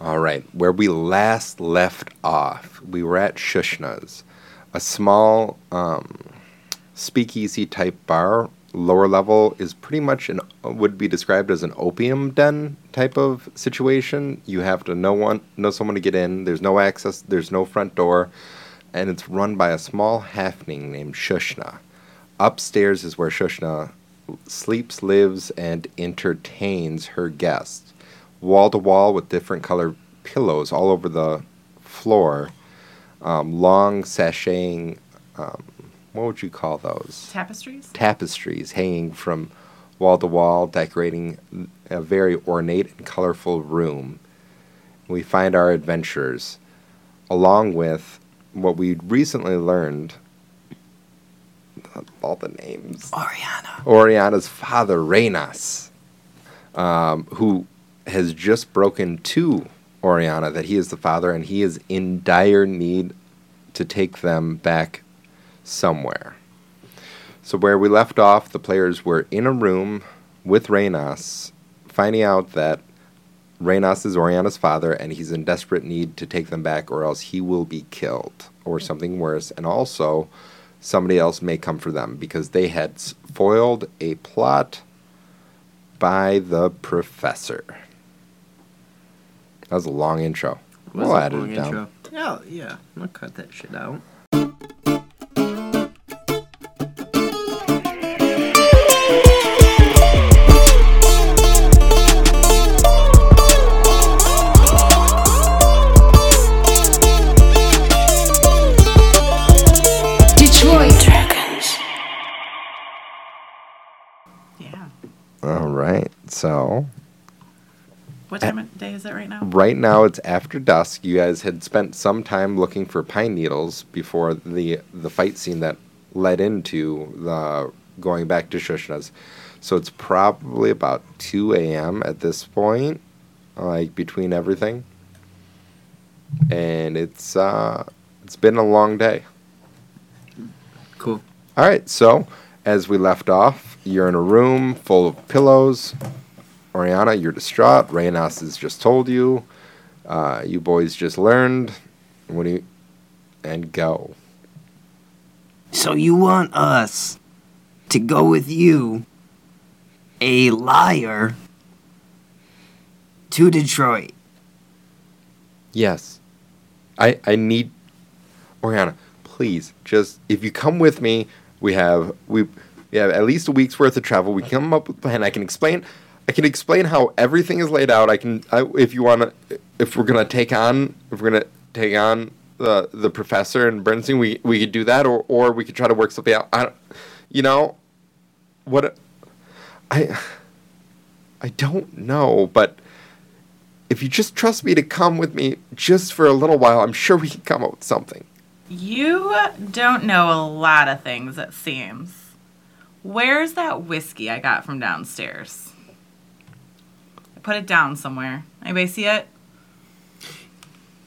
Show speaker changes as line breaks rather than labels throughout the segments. All right, where we last left off, we were at Shushna's, a small um, speakeasy type bar. Lower level is pretty much an would be described as an opium den type of situation. You have to know one, know someone to get in. There's no access. There's no front door, and it's run by a small halfling named Shushna. Upstairs is where Shushna sleeps, lives, and entertains her guests wall to wall with different color pillows all over the floor, um, long sashaying, um, what would you call those?
Tapestries?
Tapestries hanging from wall to wall, decorating a very ornate and colorful room. We find our adventurers, along with what we recently learned. All the names.
Oriana.
Oriana's father, Reynas, um, who has just broken to Oriana that he is the father and he is in dire need to take them back somewhere. So, where we left off, the players were in a room with Reynas, finding out that Reynas is Oriana's father and he's in desperate need to take them back, or else he will be killed or something worse. And also, somebody else may come for them because they had s- foiled a plot by the professor. That was a long intro.
Was
we'll
a
add
long
it down.
intro.
Oh,
Yeah, yeah. I'm gonna cut that shit out.
Detroit Dragons.
Yeah.
All right. So
What time
Eh.
of day is it right now?
right now it's after dusk. You guys had spent some time looking for pine needles before the the fight scene that led into the going back to Shushna's. So it's probably about two a.m. at this point, like between everything. And it's uh, it's been a long day.
Cool.
All right, so as we left off, you're in a room full of pillows. Oriana, you're distraught. Reynas has just told you. Uh, you boys just learned. What do you? And go.
So you want us to go with you, a liar, to Detroit?
Yes. I I need Oriana. Please, just if you come with me, we have we we have at least a week's worth of travel. We come up with a plan. I can explain. I can explain how everything is laid out. I can I, if you want to if we're gonna take on if we're gonna take on the the professor and Bernstein, we we could do that, or or we could try to work something out. I, don't- you know, what I I don't know, but if you just trust me to come with me just for a little while, I'm sure we can come up with something.
You don't know a lot of things, it seems. Where's that whiskey I got from downstairs? I put it down somewhere. Anybody see it?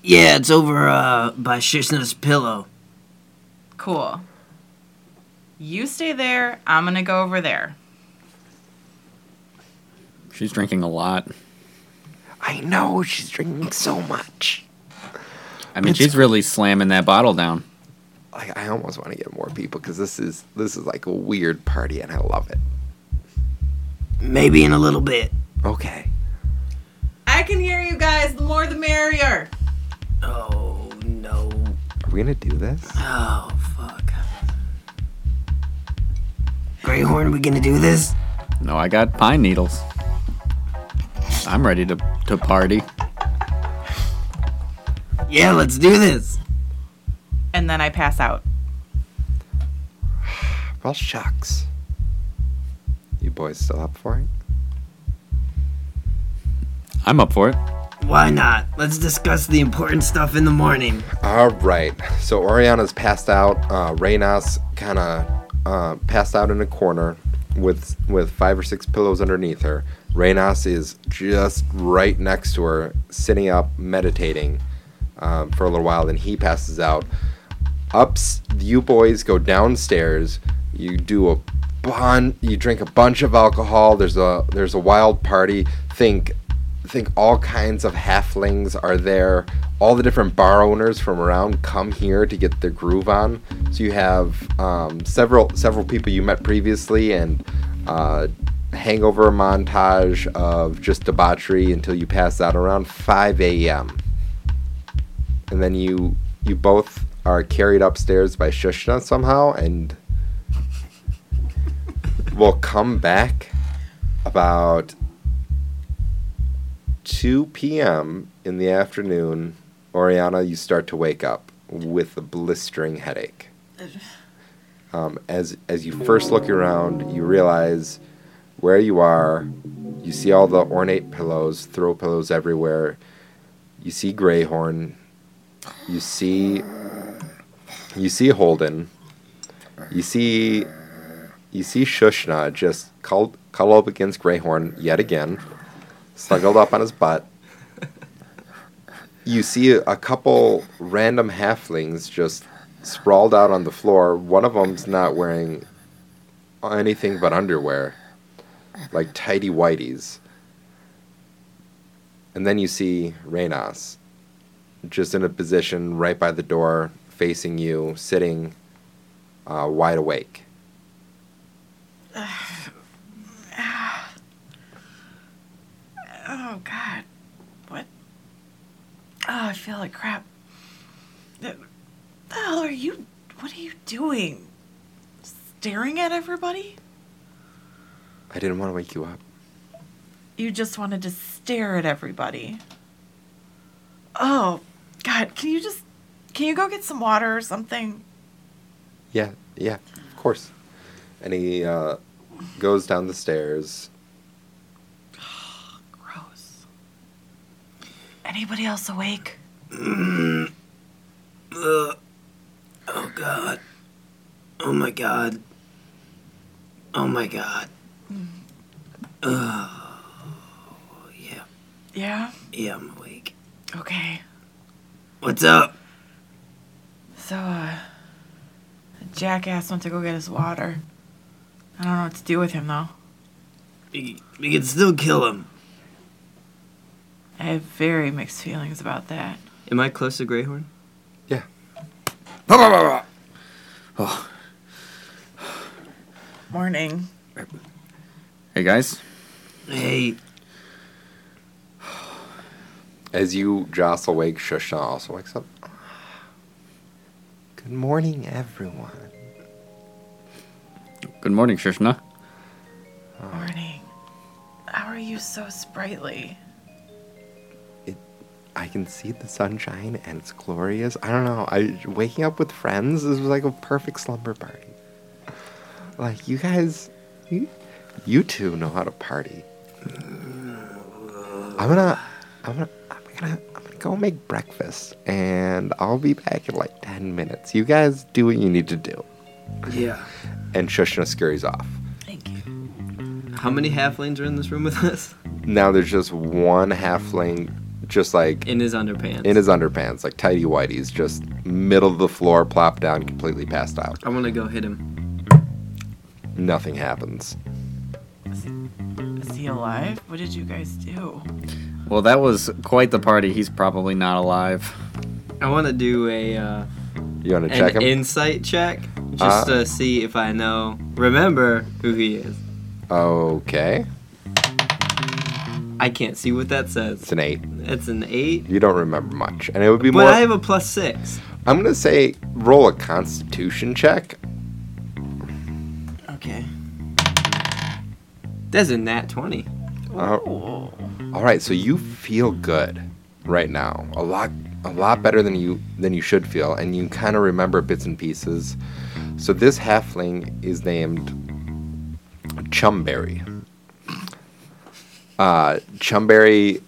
Yeah, it's over uh, by Shishna's pillow.
Cool. You stay there. I'm gonna go over there.
She's drinking a lot.
I know she's drinking so much.
I mean, she's really slamming that bottle down.
Like I almost want to get more people because this is this is like a weird party and I love it.
Maybe in a little bit.
Okay.
I can hear you guys. The more the merrier.
Oh no!
Are we gonna do this?
Oh fuck! Greyhorn, we gonna do this?
No, I got pine needles. I'm ready to, to party.
Yeah, let's do this.
And then I pass out.
Well shucks. You boys still up for it?
I'm up for it.
Why not? Let's discuss the important stuff in the morning.
All right. So Oriana's passed out. Uh, Reynas kind of uh, passed out in a corner with with five or six pillows underneath her. Reynas is just right next to her, sitting up, meditating um, for a little while. Then he passes out. Ups, you boys go downstairs. You do a bun. You drink a bunch of alcohol. There's a there's a wild party. Think I think all kinds of halflings are there. All the different bar owners from around come here to get their groove on. So you have um, several several people you met previously and uh, hangover montage of just debauchery until you pass out around 5 a.m. And then you you both are carried upstairs by Shushna somehow and will come back about 2 p.m. in the afternoon, Oriana, you start to wake up with a blistering headache. Um, as as you first look around, you realize where you are. You see all the ornate pillows, throw pillows everywhere. You see Greyhorn. You see you see Holden. You see you see Shushna just cuddled, cuddle up against Greyhorn yet again snuggled up on his butt. You see a couple random halflings just sprawled out on the floor. One of them's not wearing anything but underwear, like tidy whities. And then you see Reynos just in a position right by the door, facing you, sitting uh, wide awake.
Oh God, what? Oh, I feel like crap. Uh, The hell are you? What are you doing? Staring at everybody?
I didn't want to wake you up.
You just wanted to stare at everybody. Oh God, can you just? Can you go get some water or something?
Yeah, yeah, of course. And he uh, goes down the stairs.
Gross. Anybody else awake?
Oh god. Oh my god. Oh my god. Oh yeah.
Yeah.
Yeah, I'm awake.
Okay.
What's up?
So, uh, the jackass went to go get his water. I don't know what to do with him though.
We, we can still kill him.
I have very mixed feelings about that.
Am I close to Greyhorn?
Yeah.
Morning.
Hey guys,
Hey,
As you jostle awake, Shoshana also wakes up. Good morning, everyone.
good morning, Shishna.
Morning. How are you so sprightly?
I can see the sunshine and it's glorious. I don't know. I waking up with friends this was like a perfect slumber party. Like you guys, you, you two know how to party. I'm gonna, I'm gonna, I'm gonna, I'm gonna go make breakfast, and I'll be back in like ten minutes. You guys do what you need to do.
yeah.
And Shushna scurries off.
Thank you.
How many halflings are in this room with us?
Now there's just one halfling, just like
In his underpants.
in his underpants, like tidy whities, just middle of the floor, plopped down, completely passed out.
I want to go hit him.
Nothing happens.
Is he alive? What did you guys do?
Well, that was quite the party. He's probably not alive.
I want to do a uh,
You want to check
an
him?
insight check just
Uh,
to see if I know, remember who he is.
okay.
I can't see what that
It's
says.
an eight.
It's an eight,
You don't remember much. And it would be
but
more.
I have a plus six.
I'm going to say roll a constitution check.
Okay. That's a nat twenty.
Uh,
Ooh.
all right, so you feel good right now. A lot a lot better than you than you should feel and you kind of remember bits and pieces. So this halfling is named Chumberry. Uh Chumberry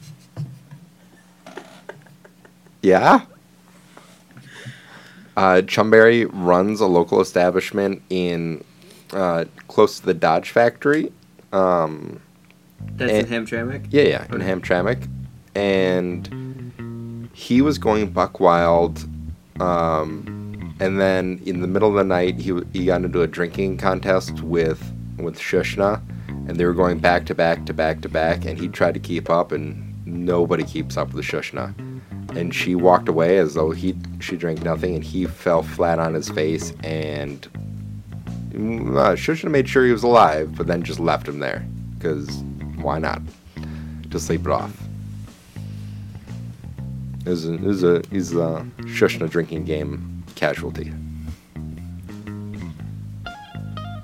Yeah? Uh, Chumberry runs a local establishment in uh, close to the Dodge factory Um,
That's
Eh.
in Hamtramck.
Yeah, yeah, in Hamtramck, and he was going buck wild, um, and then in the middle of the night he w- he got into a drinking contest with with Shushna, and they were going back to back to back to back, and he tried to keep up and nobody keeps up with Shushna. And she walked away as though he she drank nothing, and he fell flat on his face. And mm, uh, Shushna made sure he was alive, but then just left him there because why not? To sleep it off. Is a is a is a Shushna drinking game casualty.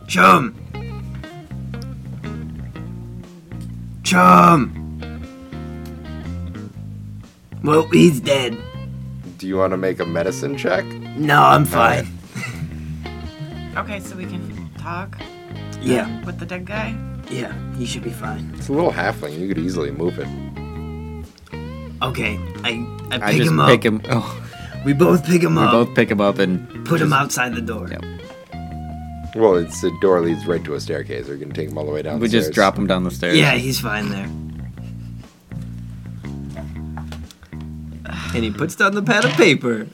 Chum! Chum! Well, he's dead.
Do you want to make a medicine check?
No, I'm fine.
Okay, so we can talk
Yeah,
with the dead guy.
yeah, he should be fine.
It's a little halfling. You could easily move it.
Okay, I, I pick
I just
him up.
pick him. Oh,
We both pick him
we
up,
both pick him up and
put him outside the door.
Yep.
Well, it's the door leads right to a staircase. We're gonna take him all the way down.
we just drop him down the stairs.
Yeah, he's fine there.
And he puts down the pad of paper.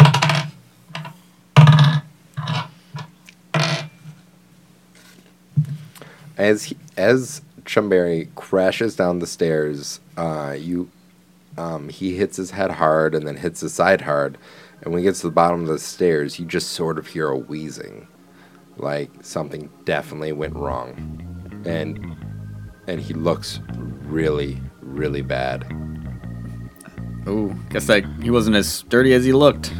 as he, as Chumberry crashes down the stairs. Uh, you, um, he hits his head hard and then hits his side hard, and when he gets to the bottom of the stairs, you just sort of hear a wheezing, like something definitely went wrong, and and he looks really really bad.
Oh, guess like he wasn't as sturdy as he looked.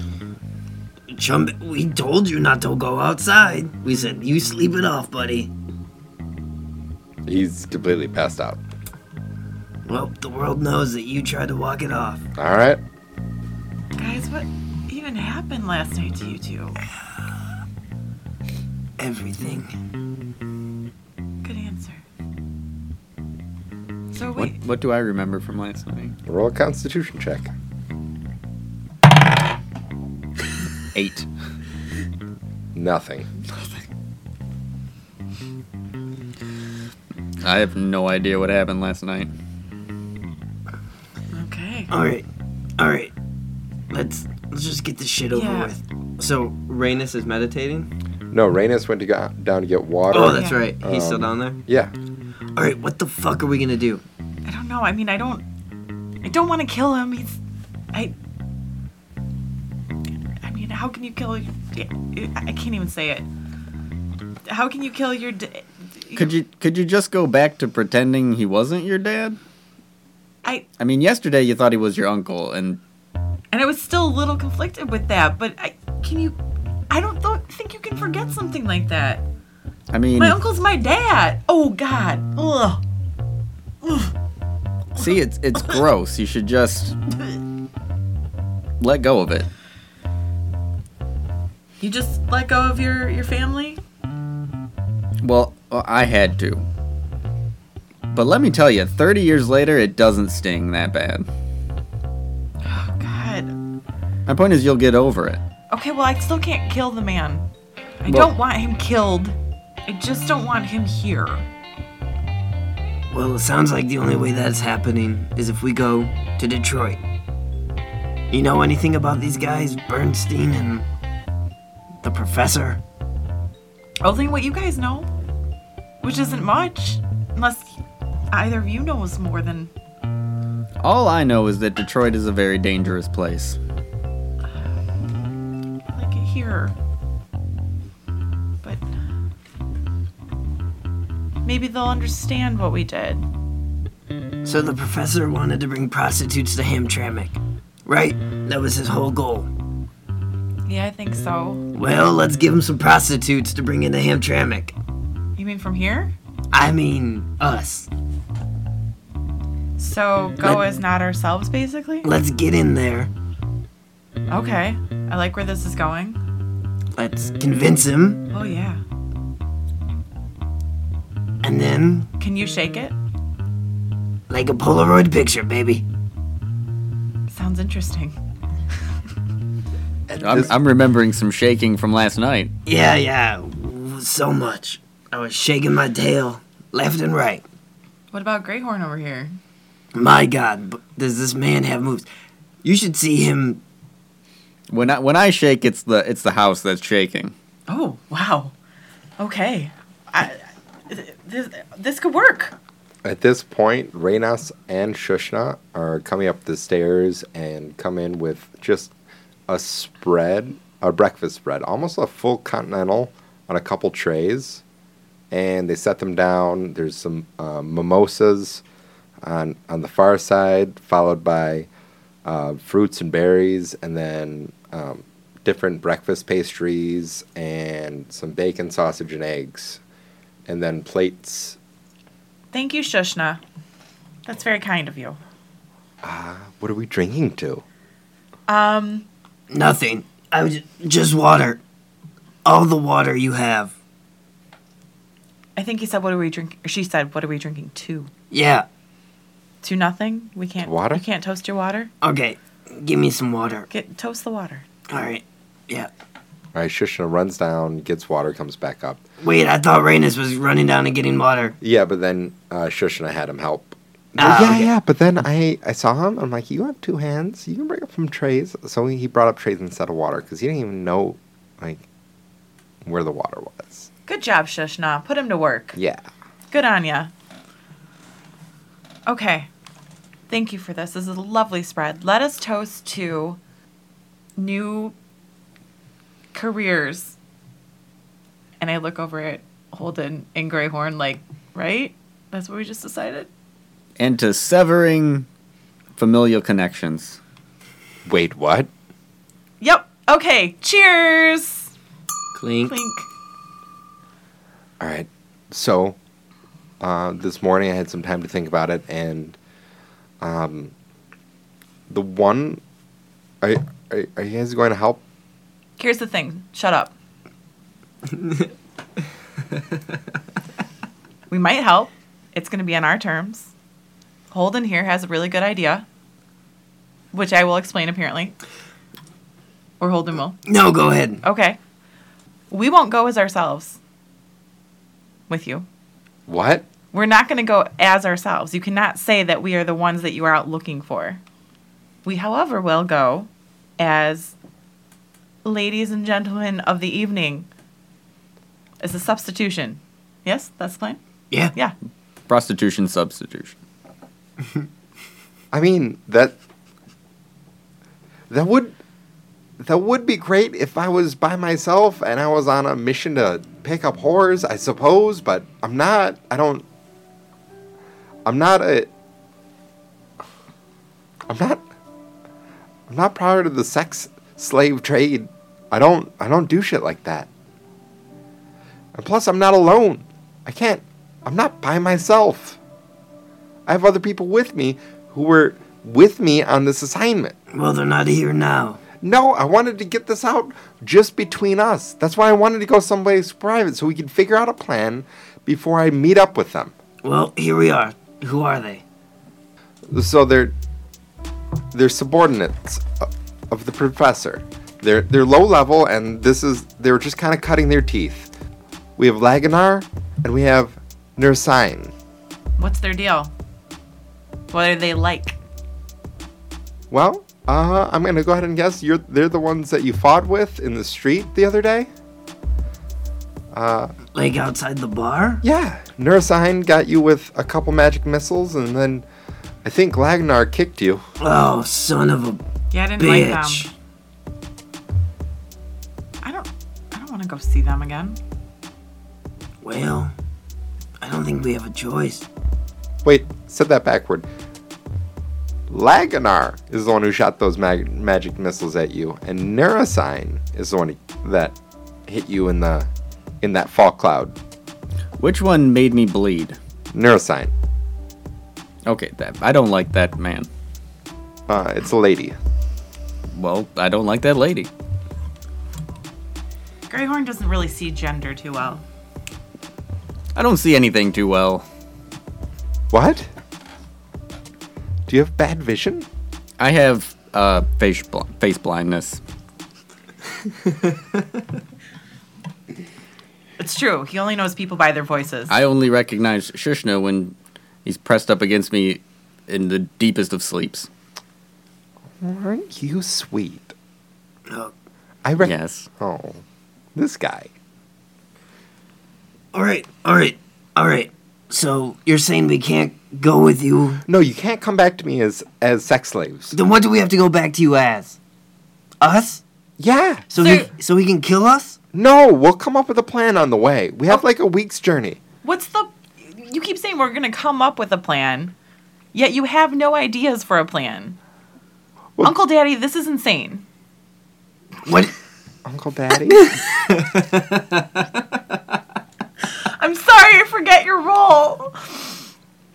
Chum, we told you not to go outside. We said, you sleep it off, buddy.
He's completely passed out.
Well, the world knows that you tried to walk it off.
All right.
Guys, what even happened last night to you two?
Everything.
Good answer. So
What
wait,
What do I remember from last night?
Roll a Constitution check.
Eight.
Nothing.
I have no idea what happened last night.
okay.
All right, all right. Let's let's just get this shit over
Yeah.
with.
So Rainus is meditating.
No, Rainus went to go down to get water.
Oh, that's
Yeah.
right. He's still down there.
yeah.
All right, what the fuck are we gonna do?
I don't know. I mean, I don't. I don't want to kill him. He's. I. I mean, how can you kill? Your, I can't even say it. How can you kill your? d-
Could you Could you just go back to pretending he wasn't your dad?
I
I mean, yesterday you thought he was your uncle, and
and I was still a little conflicted with that. But I can you. I don't th- think you can forget something like that.
I mean,
My uncle's my dad. Oh God. Ugh.
see, it's it's gross. You should just let go of it.
You just let go of your your family.
Well, uh, I had to. But let me tell you, 30 years later, it doesn't sting that bad.
Oh God.
My point is, you'll get over it.
Okay. Well, I still can't kill the man. I
Well-
don't want him killed. I just don't want him here.
Well, it sounds like the only way that's happening is if we go to Detroit. You know anything about these guys, Bernstein and the professor?
Only what you guys know, which isn't much, unless either of you knows more than.
All I know is that Detroit is a very dangerous place.
like here. But maybe they'll understand what we did.
So the professor wanted to bring prostitutes to Hamtramck, right? That was his whole goal.
Yeah, I think so.
Well, let's give him some prostitutes to bring into Hamtramck.
You mean from here?
I mean, us.
So go as not ourselves, basically.
Let's get in there.
Okay, I like where this is going.
Let's convince him,
Oh yeah.
and then,
Can you shake it?
like a Polaroid picture, baby.
Sounds interesting.
I'm, I'm remembering some shaking from last night.
Yeah, yeah, w- so much. I was shaking my tail left and right.
What about Greyhorn over here?
My God, b- does this man have moves? You should see him.
When I when I shake, it's the it's the house that's shaking.
Oh wow. Okay. I, this this could work.
At this point, Reynos and Shushna are coming up the stairs and come in with just a spread, a breakfast spread, almost a full continental on a couple trays. And they set them down. There's some uh, mimosas on, on the far side, followed by uh, fruits and berries, and then um, different breakfast pastries and some bacon, sausage, and eggs. And then plates
Thank you, Shushna. That's very kind of you.
What are we drinking to?
Um,
Nothing. I was just water. All the water you have.
I think he said, "What are we drinking?" Or she said, "What are we drinking to?"
Yeah.
To nothing. We can't.
Water?
You can't toast your water.
Okay. Give me some water.
Get toast the water.
All right. Yeah.
All right, Shushna runs down, gets water, comes back up.
Wait, I thought Rainus was running down and getting water.
Yeah, but then uh, Shushna had him help.
Ah,
Oh, yeah,
okay.
yeah, but then I, I saw him. I'm like, you have two hands. You can bring up some trays. So he brought up trays instead of water because he didn't even know, like, where the water was.
Good job, Shushna. Put him to work.
Yeah.
Good on ya. Okay. Thank you for this. This is a lovely spread. Let us toast to new careers. And I look over at Holden and Greyhorn, like, right? That's what we just decided?
and to severing familial connections.
Wait, what?
Yep. Okay. Cheers.
Clink.
Clink.
All right. So, uh, this morning I had some time to think about it, and um, the one, are, are, are you guys going to help?
Here's the thing. Shut up. we might help. It's going to be on our terms. Holden here has a really good idea, which I will explain apparently. Or Holden will.
No, go ahead.
Okay. We won't go as ourselves with you.
What?
We're not going to go as ourselves. You cannot say that we are the ones that you are out looking for. We, however, will go as ladies and gentlemen of the evening as a substitution. Yes, that's fine.
Yeah.
Yeah.
Prostitution substitution.
I mean that that would that would be great if I was by myself and I was on a mission to pick up whores, I suppose, but I'm not. I don't I'm not a I'm not I'm not prior to the sex slave trade. I don't I don't do shit like that. And plus I'm not alone. I can't I'm not by myself. I have other people with me who were with me on this assignment.
Well, they're not here now.
No, I wanted to get this out just between us. That's why I wanted to go someplace private so we could figure out a plan before I meet up with them.
Well, here we are. Who are they?
So they're they're subordinates o- of the professor. They're they're low level and this is they're just kind of cutting their teeth. We have Laganar and we have Nursine.
What's their deal? What are they like?
Well, uh, I'm gonna go ahead and guess you're they're the ones that you fought with in the street the other day.
Like outside the bar?
Yeah, Neurosine got you with a couple magic missiles, and then I think Lagnar kicked you.
Oh, son of a
Yeah, I didn't
bitch.
like them. I don't I don't want to go see them again.
Well, I don't think we have a choice.
Wait, said that backward. Lagnar is the one who shot those mag- magic missiles at you, and Neurosine is the one who- that hit you in the in that fog cloud.
Which one made me bleed?
Neurosine,
Okay, that I don't like that man.
uh, it's a lady.
Well, I don't like that lady.
Greyhorn doesn't really see gender too well.
I don't see anything too well.
What? Do you have bad vision?
I have uh face bl- face blindness.
It's true. He only knows people by their voices.
I only recognize Shushna when he's pressed up against me in the deepest of sleeps.
Aren't you sweet?
Oh,
I rec-
Yes.
Oh, this guy.
all right, all right, all right. So you're saying we can't go with you?
No, you can't come back to me as as sex slaves.
Then what do we have to go back to you as? Us?
Yeah.
So
Sir-
he so he can kill us?
No, we'll come up with a plan on the way. We have like a week's journey.
What's the. You keep saying we're going to come up with a plan, yet you have no ideas for a plan.
Well-
Uncle Daddy, this is insane.
What?
Uncle Daddy?
I'm sorry, I forget your role.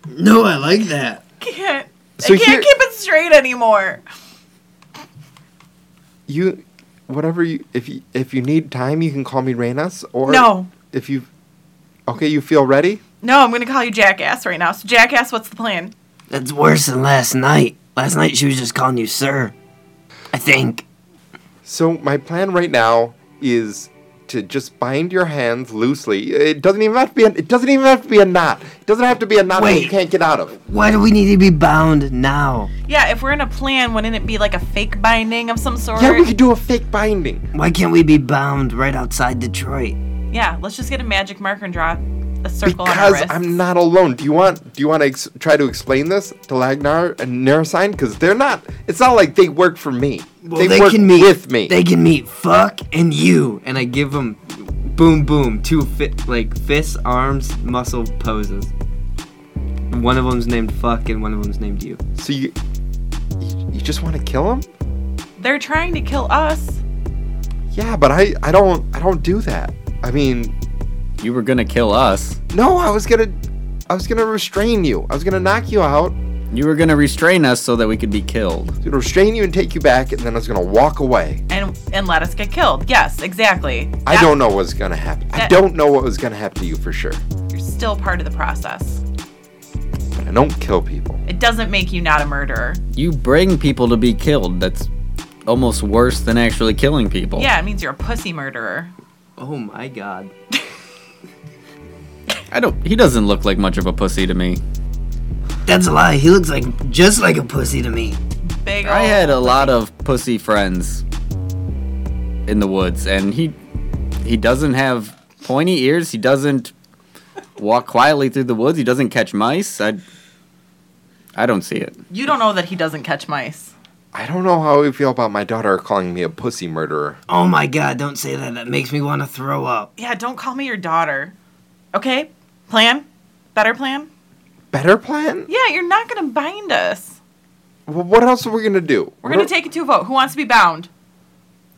No, I like that.
Can't.
So
I can't
here-
keep it straight anymore.
you whatever you if you if you need time you can call me Reynas or
No.
If you Okay, you feel ready?
No, I'm going to call you Jackass right now. So, Jackass, what's the plan?
That's worse than last night. Last night she was just calling you sir. I think.
So my plan right now is to just bind your hands loosely. It doesn't even have to be a, it doesn't even have to be a knot. It doesn't have to be a knot that you
Wait.
can't get out of.
Why do we need to be bound now?
Yeah, if we're in a plan, wouldn't it be like a fake binding of some sort?
Yeah, we could do a fake binding.
Why can't we be bound right outside Detroit?
Yeah, let's just get a magic marker and draw a circle on our
Because
wrist.
I'm not alone. Do you want do you want to ex- try to explain this to Lagnar and Neurosine? Because they're not. It's not like they work for me. work with me.
They can meet fuck and you.
And I give him boom boom two fi- like fists, arms, muscle poses. One of them's named fuck and one of them's named you.
so you you you just want to kill him?
They're trying to kill us.
Yeah, but I I don't I don't do that. I mean,
You were gonna kill us.
no, I was gonna I was gonna restrain you. I was gonna knock you out.
You were gonna restrain us so that we could be killed.
gonna restrain you and take you back, and then I was gonna walk away.
And and let us get killed. Yes, exactly.
I
That-
don't know what's gonna happen. I
That-
don't know what was gonna happen to you for sure.
You're still part of the process.
But I don't kill people.
It doesn't make you not a murderer.
You bring people to be killed. That's almost worse than actually killing people.
Yeah, it means you're a pussy murderer.
Oh my god.
I don't. He doesn't look like much of a pussy to me.
That's a lie. He looks like just like a pussy to me.
Big
I
ol'
had a lot of pussy friends in the woods, and he he doesn't have pointy ears. He doesn't walk quietly through the woods. He doesn't catch mice. I I don't see it.
You don't know that he doesn't catch mice.
I don't know how I feel about my daughter calling me a pussy murderer.
Oh my god, don't say that. That makes me want to throw up.
Yeah, don't call me your daughter. Okay? Plan? Better plan?
Better plan?
Yeah, you're not gonna bind us.
Well, what else are we gonna do?
We're gonna
What-
take it to a vote. Who wants to be bound?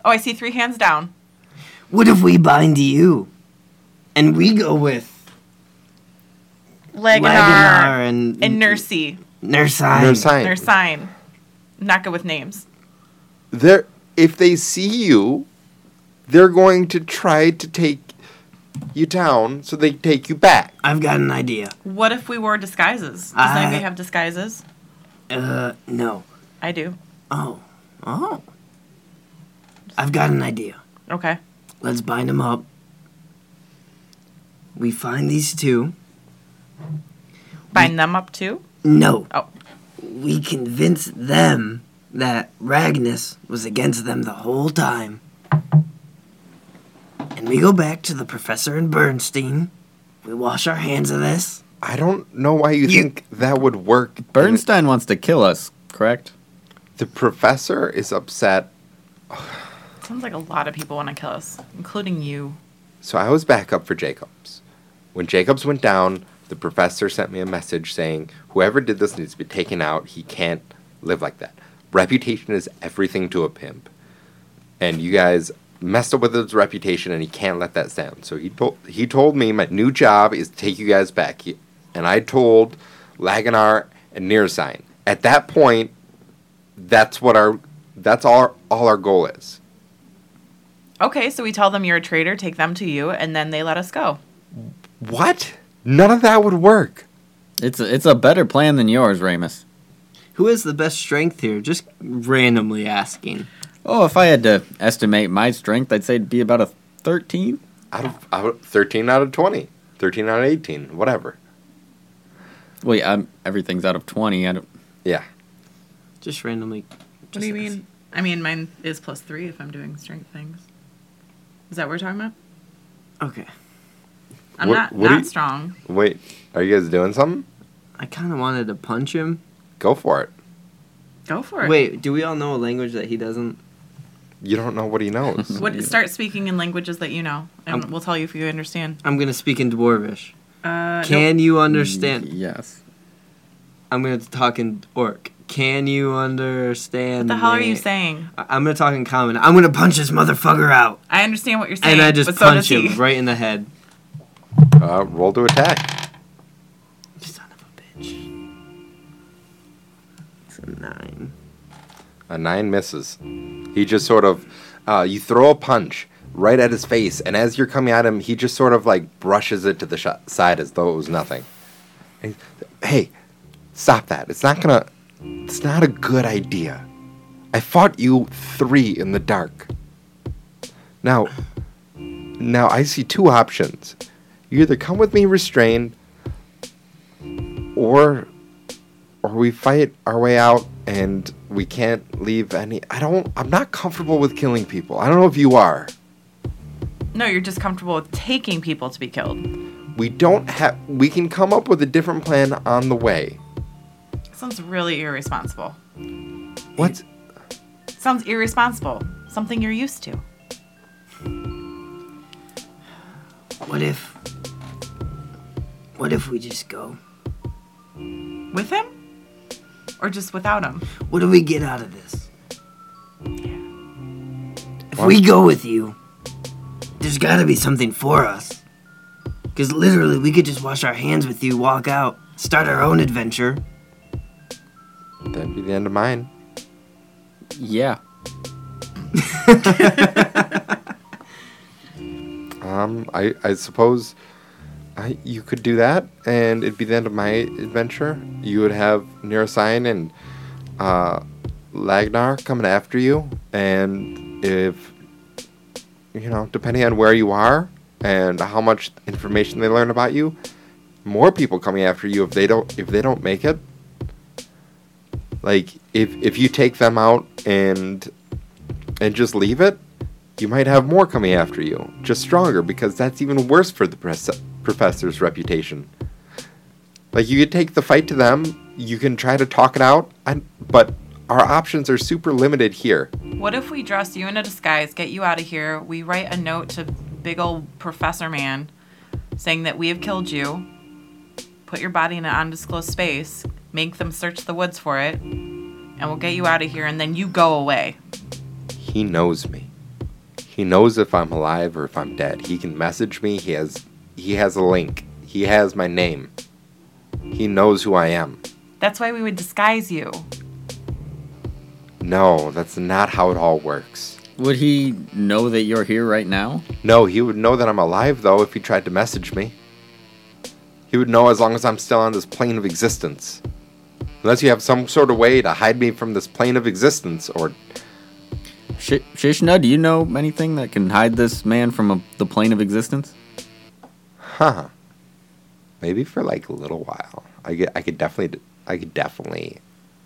Oh, I see three hands down.
What if we bind you? And we go with
Laganar
Laganar and
and Nursey.
Nursine.
Neuroscience.
Their sign. I'm not good with names.
they're if they see you, they're going to try to take you down so they take you back.
I've got an idea.
What if we wore disguises? Does
Ah.
I-
anybody have disguises?
Uh, no.
I do.
Oh, oh. I've got an idea.
Okay.
Let's bind them up. We find these two.
Bind them up too?
No.
Oh.
We convince them that Ragnus was against them the whole time. And we go back to the professor and Bernstein. We wash our hands of this.
I don't know why you,
You-
think that would work.
Bernstein wants to kill us, correct?
The professor is upset,
Sounds like a lot of people want to kill us, including you.
so I was backup for Jacobs. When Jacobs went down, the professor sent me a message saying, "Whoever did this needs to be taken out. He can't live like that. Reputation is everything to a pimp." and you guys messed up with his reputation and he can't let that stand. So he told he told me my new job is to take you guys back. He, and I told Laganar and Nearsign. At that point, that's what our that's all all our goal is.
Okay, so we tell them you're a traitor, take them to you, and then they let us go.
What? None of that would work.
It's a, it's a better plan than yours, Ramus.
Who has the best strength here? Just randomly asking.
Oh, if I had to estimate my strength, I'd say it'd be about a thirteen.
Out of, out of 13 out of 20, 13 out of 18, whatever.
Well, yeah, I'm, everything's out of twenty. I don't.
Yeah.
Just randomly.
What do you mean? I mean, mine is plus three if I'm doing strength things. Is that what we're talking about?
Okay.
I'm
What-
not
what do
not
you-
strong.
Wait, are you guys doing something?
I kind of wanted to punch him.
Go for it.
Go for it.
Wait, do we all know a language that he doesn't?
You don't know what he knows.
What, start speaking in languages that you know, and we'll tell you if you understand.
I'm gonna speak in Dwarvish.
Uh,
Can you understand?
Yes.
I'm gonna talk in Orc. Can you understand?
What the hell are
me?
you saying?
I- I'm gonna talk in common. I'm gonna punch this motherfucker out,
I understand what you're saying.
and I just
but so
punch
does
him
he.
right in the head.
Uh, roll to attack.
Son of a bitch. It's a nine.
A uh, nine misses. He just sort of, uh, you throw a punch right at his face, and as you're coming at him, he just sort of like brushes it to the sh- side as though it was nothing. And he- hey, stop that! It's not gonna. It's not a good idea. I fought you three in the dark. Now, now I see two options. You either come with me restrained, or or we fight our way out and we can't leave any I don't I'm not comfortable with killing people. I don't know if you are.
No, you're just comfortable with taking people to be killed.
We don't have we can come up with a different plan on the way.
Sounds really irresponsible.
What?
Sounds irresponsible. Something you're used to.
What if. What if we just go?
With him? Or just without him?
What do we get out of this? If we go with you, there's gotta be something for us. Because literally, we could just wash our hands with you, walk out, start our own adventure.
That'd be the end of mine.
Yeah.
Um I I suppose I you could do that and it'd be the end of my adventure. You would have Neurosine and uh Lagnar coming after you and if you know, depending on where you are and how much information they learn about you, more people coming after you if they don't if they don't make it. Like if if you take them out and and just leave it, you might have more coming after you, just stronger because that's even worse for the pres- professor's reputation. Like you could take the fight to them, you can try to talk it out, and, but our options are super limited here.
What if we dress you in a disguise, get you out of here, we write a note to big old Professor Man saying that we have killed you, put your body in an undisclosed space, make them search the woods for it, and we'll get you out of here, and then you go away.
he knows me. He knows if I'm alive or if I'm dead. He can message me. He has he has a link. He has my name. He knows who I am.
That's why we would disguise you.
No, that's not how it all works.
Would he know that you're here right now?
No, he would know that I'm alive though if he tried to message me. He would know as long as I'm still on this plane of existence. Unless you have some sort of way to hide me from this plane of existence or
Sh- Shishna, do you know anything that can hide this man from a, the plane of existence?
Huh. Maybe for like a little while. I get. I could definitely. I could definitely,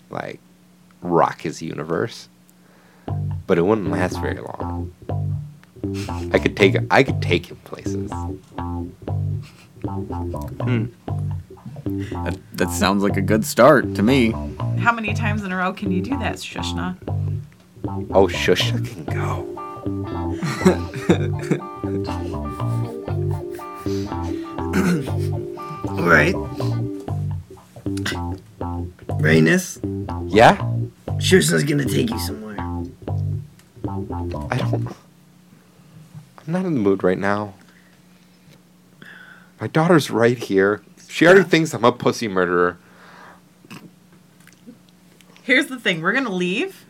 like, rock his universe. But it wouldn't last very long. I could take. I could take him places.
That, that sounds like a good start to me.
How many times in a row can you do that, Shushna?
Oh, shush! I can go.
Alright. Rainus,
Yeah.
Shirsen's gonna take you somewhere.
I don't. I'm not in the mood right now. My daughter's right here. She already thinks I'm a pussy murderer.
Here's the thing we're gonna leave,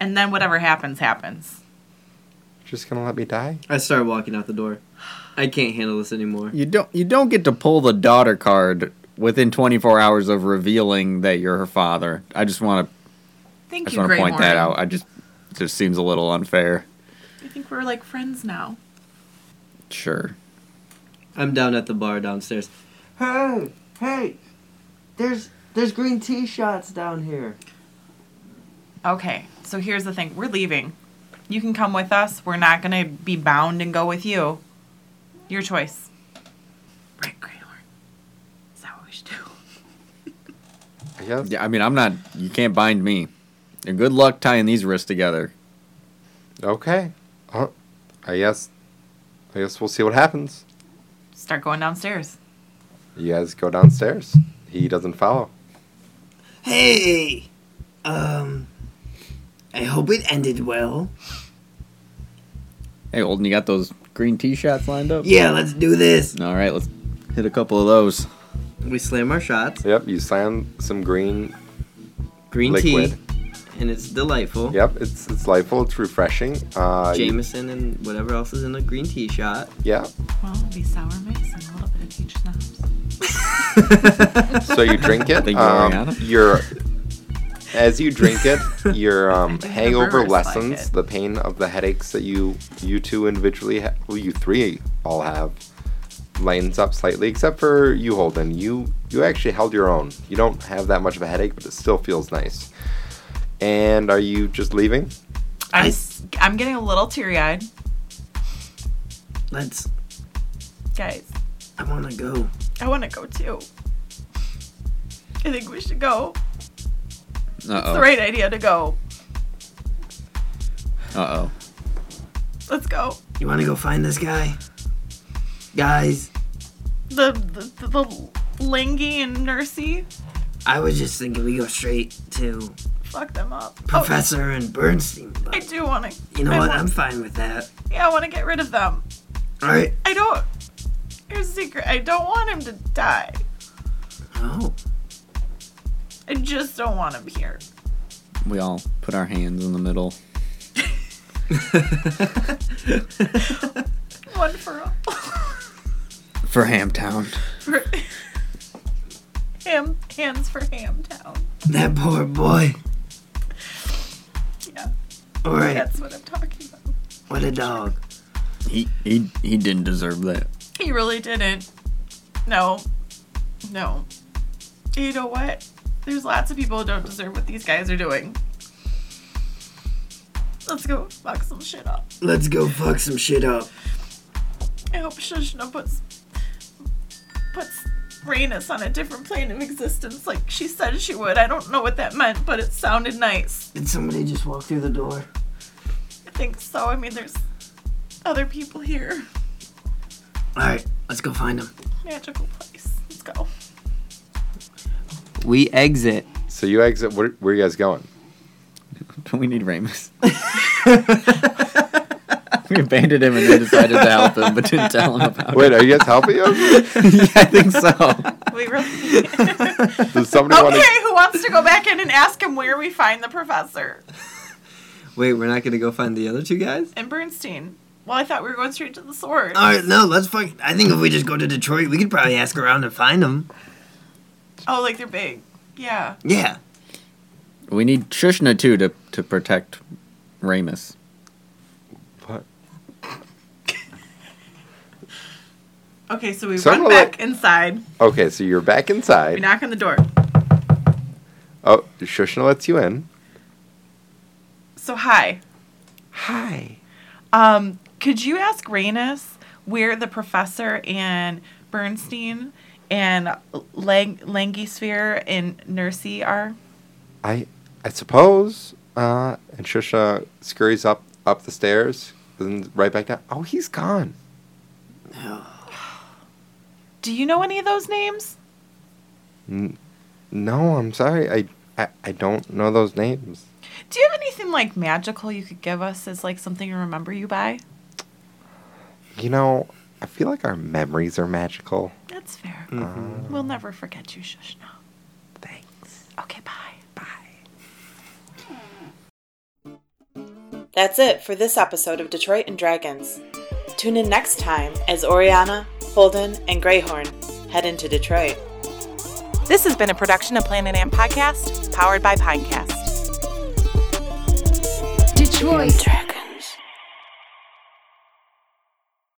and then whatever happens, happens.
Just gonna let me die?
I started walking out the door. I can't handle this anymore.
You don't you don't get to pull the daughter card within 24 hours of revealing that you're her father. I just want to I
Thank
just
you,
want to
Grey
point that
Morning.
out. I just it just seems a little unfair.
I think we're like friends now.
Sure.
I'm down at the bar downstairs. Hey, hey, there's there's green tea shots down here.
Okay, so here's the thing we're leaving. You can come with us. We're not going to be bound and go with you. Your choice. Great Great Horn. Is that what we should do?
I guess.
Yeah, I mean, I'm not. You can't bind me. And good luck tying these wrists together.
Okay. Uh, I guess. I guess we'll see what happens.
Start going downstairs.
You guys go downstairs. He doesn't follow.
Hey! Um. I hope it ended well.
Hey, Olden, you got those green tea shots lined up?
Yeah, let's do this.
All right, let's hit a couple of those.
We slam our shots.
Yep. You slam some green
Green
liquid.
tea, and it's delightful.
Yep. It's it's delightful. It's refreshing. Uh, you-
Jameson and whatever else is in the green tea shot.
yeah.
Well, it'll be sour mix and a little bit of peach schnapps.
So you drink it.
Thank you,
um,
Ariana.
your as you drink it, your um,
think the
hangover
brewers like
lessens
it.
the pain of the headaches that you you two individually, ha- well, you three all have, lightens up slightly. Except for you, Holden. You you actually held your own. You don't have that much of a headache, but it still feels nice. And are you just leaving?
I'm, s- I'm getting a little teary eyed.
Let's.
Guys,
I wanna go.
I want to go too. I think we should go.
Uh
It's the
oh.
right idea to go.
Uh oh.
Let's go.
You wanna go find this guy? Guys,
The the, the, the Lingy and Nursey
I was just thinking we go straight to
fuck them up. Oh,
Professor and Bernstein,
I
but
do want to.
you know
I
what?
want-
I'm fine with that.
Yeah, I want to get rid of them.
Alright.
I don't. Here's a secret. I don't want him to die.
Oh.
I just don't want him here.
We all put our hands in the middle.
One for all.
For Hamtown.
for ham hands for Hamtown.
That poor boy.
Yeah,
Alright.
that's what I'm talking about.
What a dog.
He, he, he didn't deserve that.
He really didn't. No, no. You know what? There's lots of people who don't deserve what these guys are doing. Let's go fuck some shit up.
Let's go fuck some shit up.
I hope Shushna puts puts Rainus on a different plane of existence, like she said she would. I don't know what that meant, but it sounded nice.
Did somebody just walk through the door?
I think so. I mean, there's other people here.
Alright, let's go find him.
Magical place. Let's go.
We exit.
So you exit. Where, where are you guys going?
We need Ramus. we abandoned him and they decided to help him, but didn't tell him about
Wait, are you guys helping us?
it. yeah, I think so.
We really.
Does somebody want
Okay,
to?
who wants to go back in and ask him where we find the professor
Wait, we're not gonna go find the other two guys?
and Bernstein? Well, I thought we were going straight to the sword.
Alright, no, let's fuck. I think if we just go to Detroit, we could probably ask around and find him.
oh, like they're big. Yeah.
Yeah.
We need Shushna too to, to protect Ramus.
Okay, so we
So I'm
run
gonna
back inside.
Okay, so you're back
We
inside.
knock on the door.
Oh, Shushna lets you in.
So hi.
Hi.
Um, could you ask Rainus where the professor and Bernstein and Lang- Langisphere and Nursey are?
I I suppose. Uh, and Shusha scurries up up the stairs and right back down. Oh, he's gone.
Do you know any of those names?
No, I'm sorry. I I, I don't know those names.
Do you have anything like magical you could give us as like something to remember you by?
You know, I feel like our memories are magical.
That's fair. We'll never forget you, Shushna. Thanks. Okay, bye. Bye.
That's it for this episode of Detroit and Dragons. Tune in next time as Oriana, Holden, and Greyhorn head into Detroit.
This has been a production of Planet Amp Podcast, powered by Pinecast.
Detroit Dragons.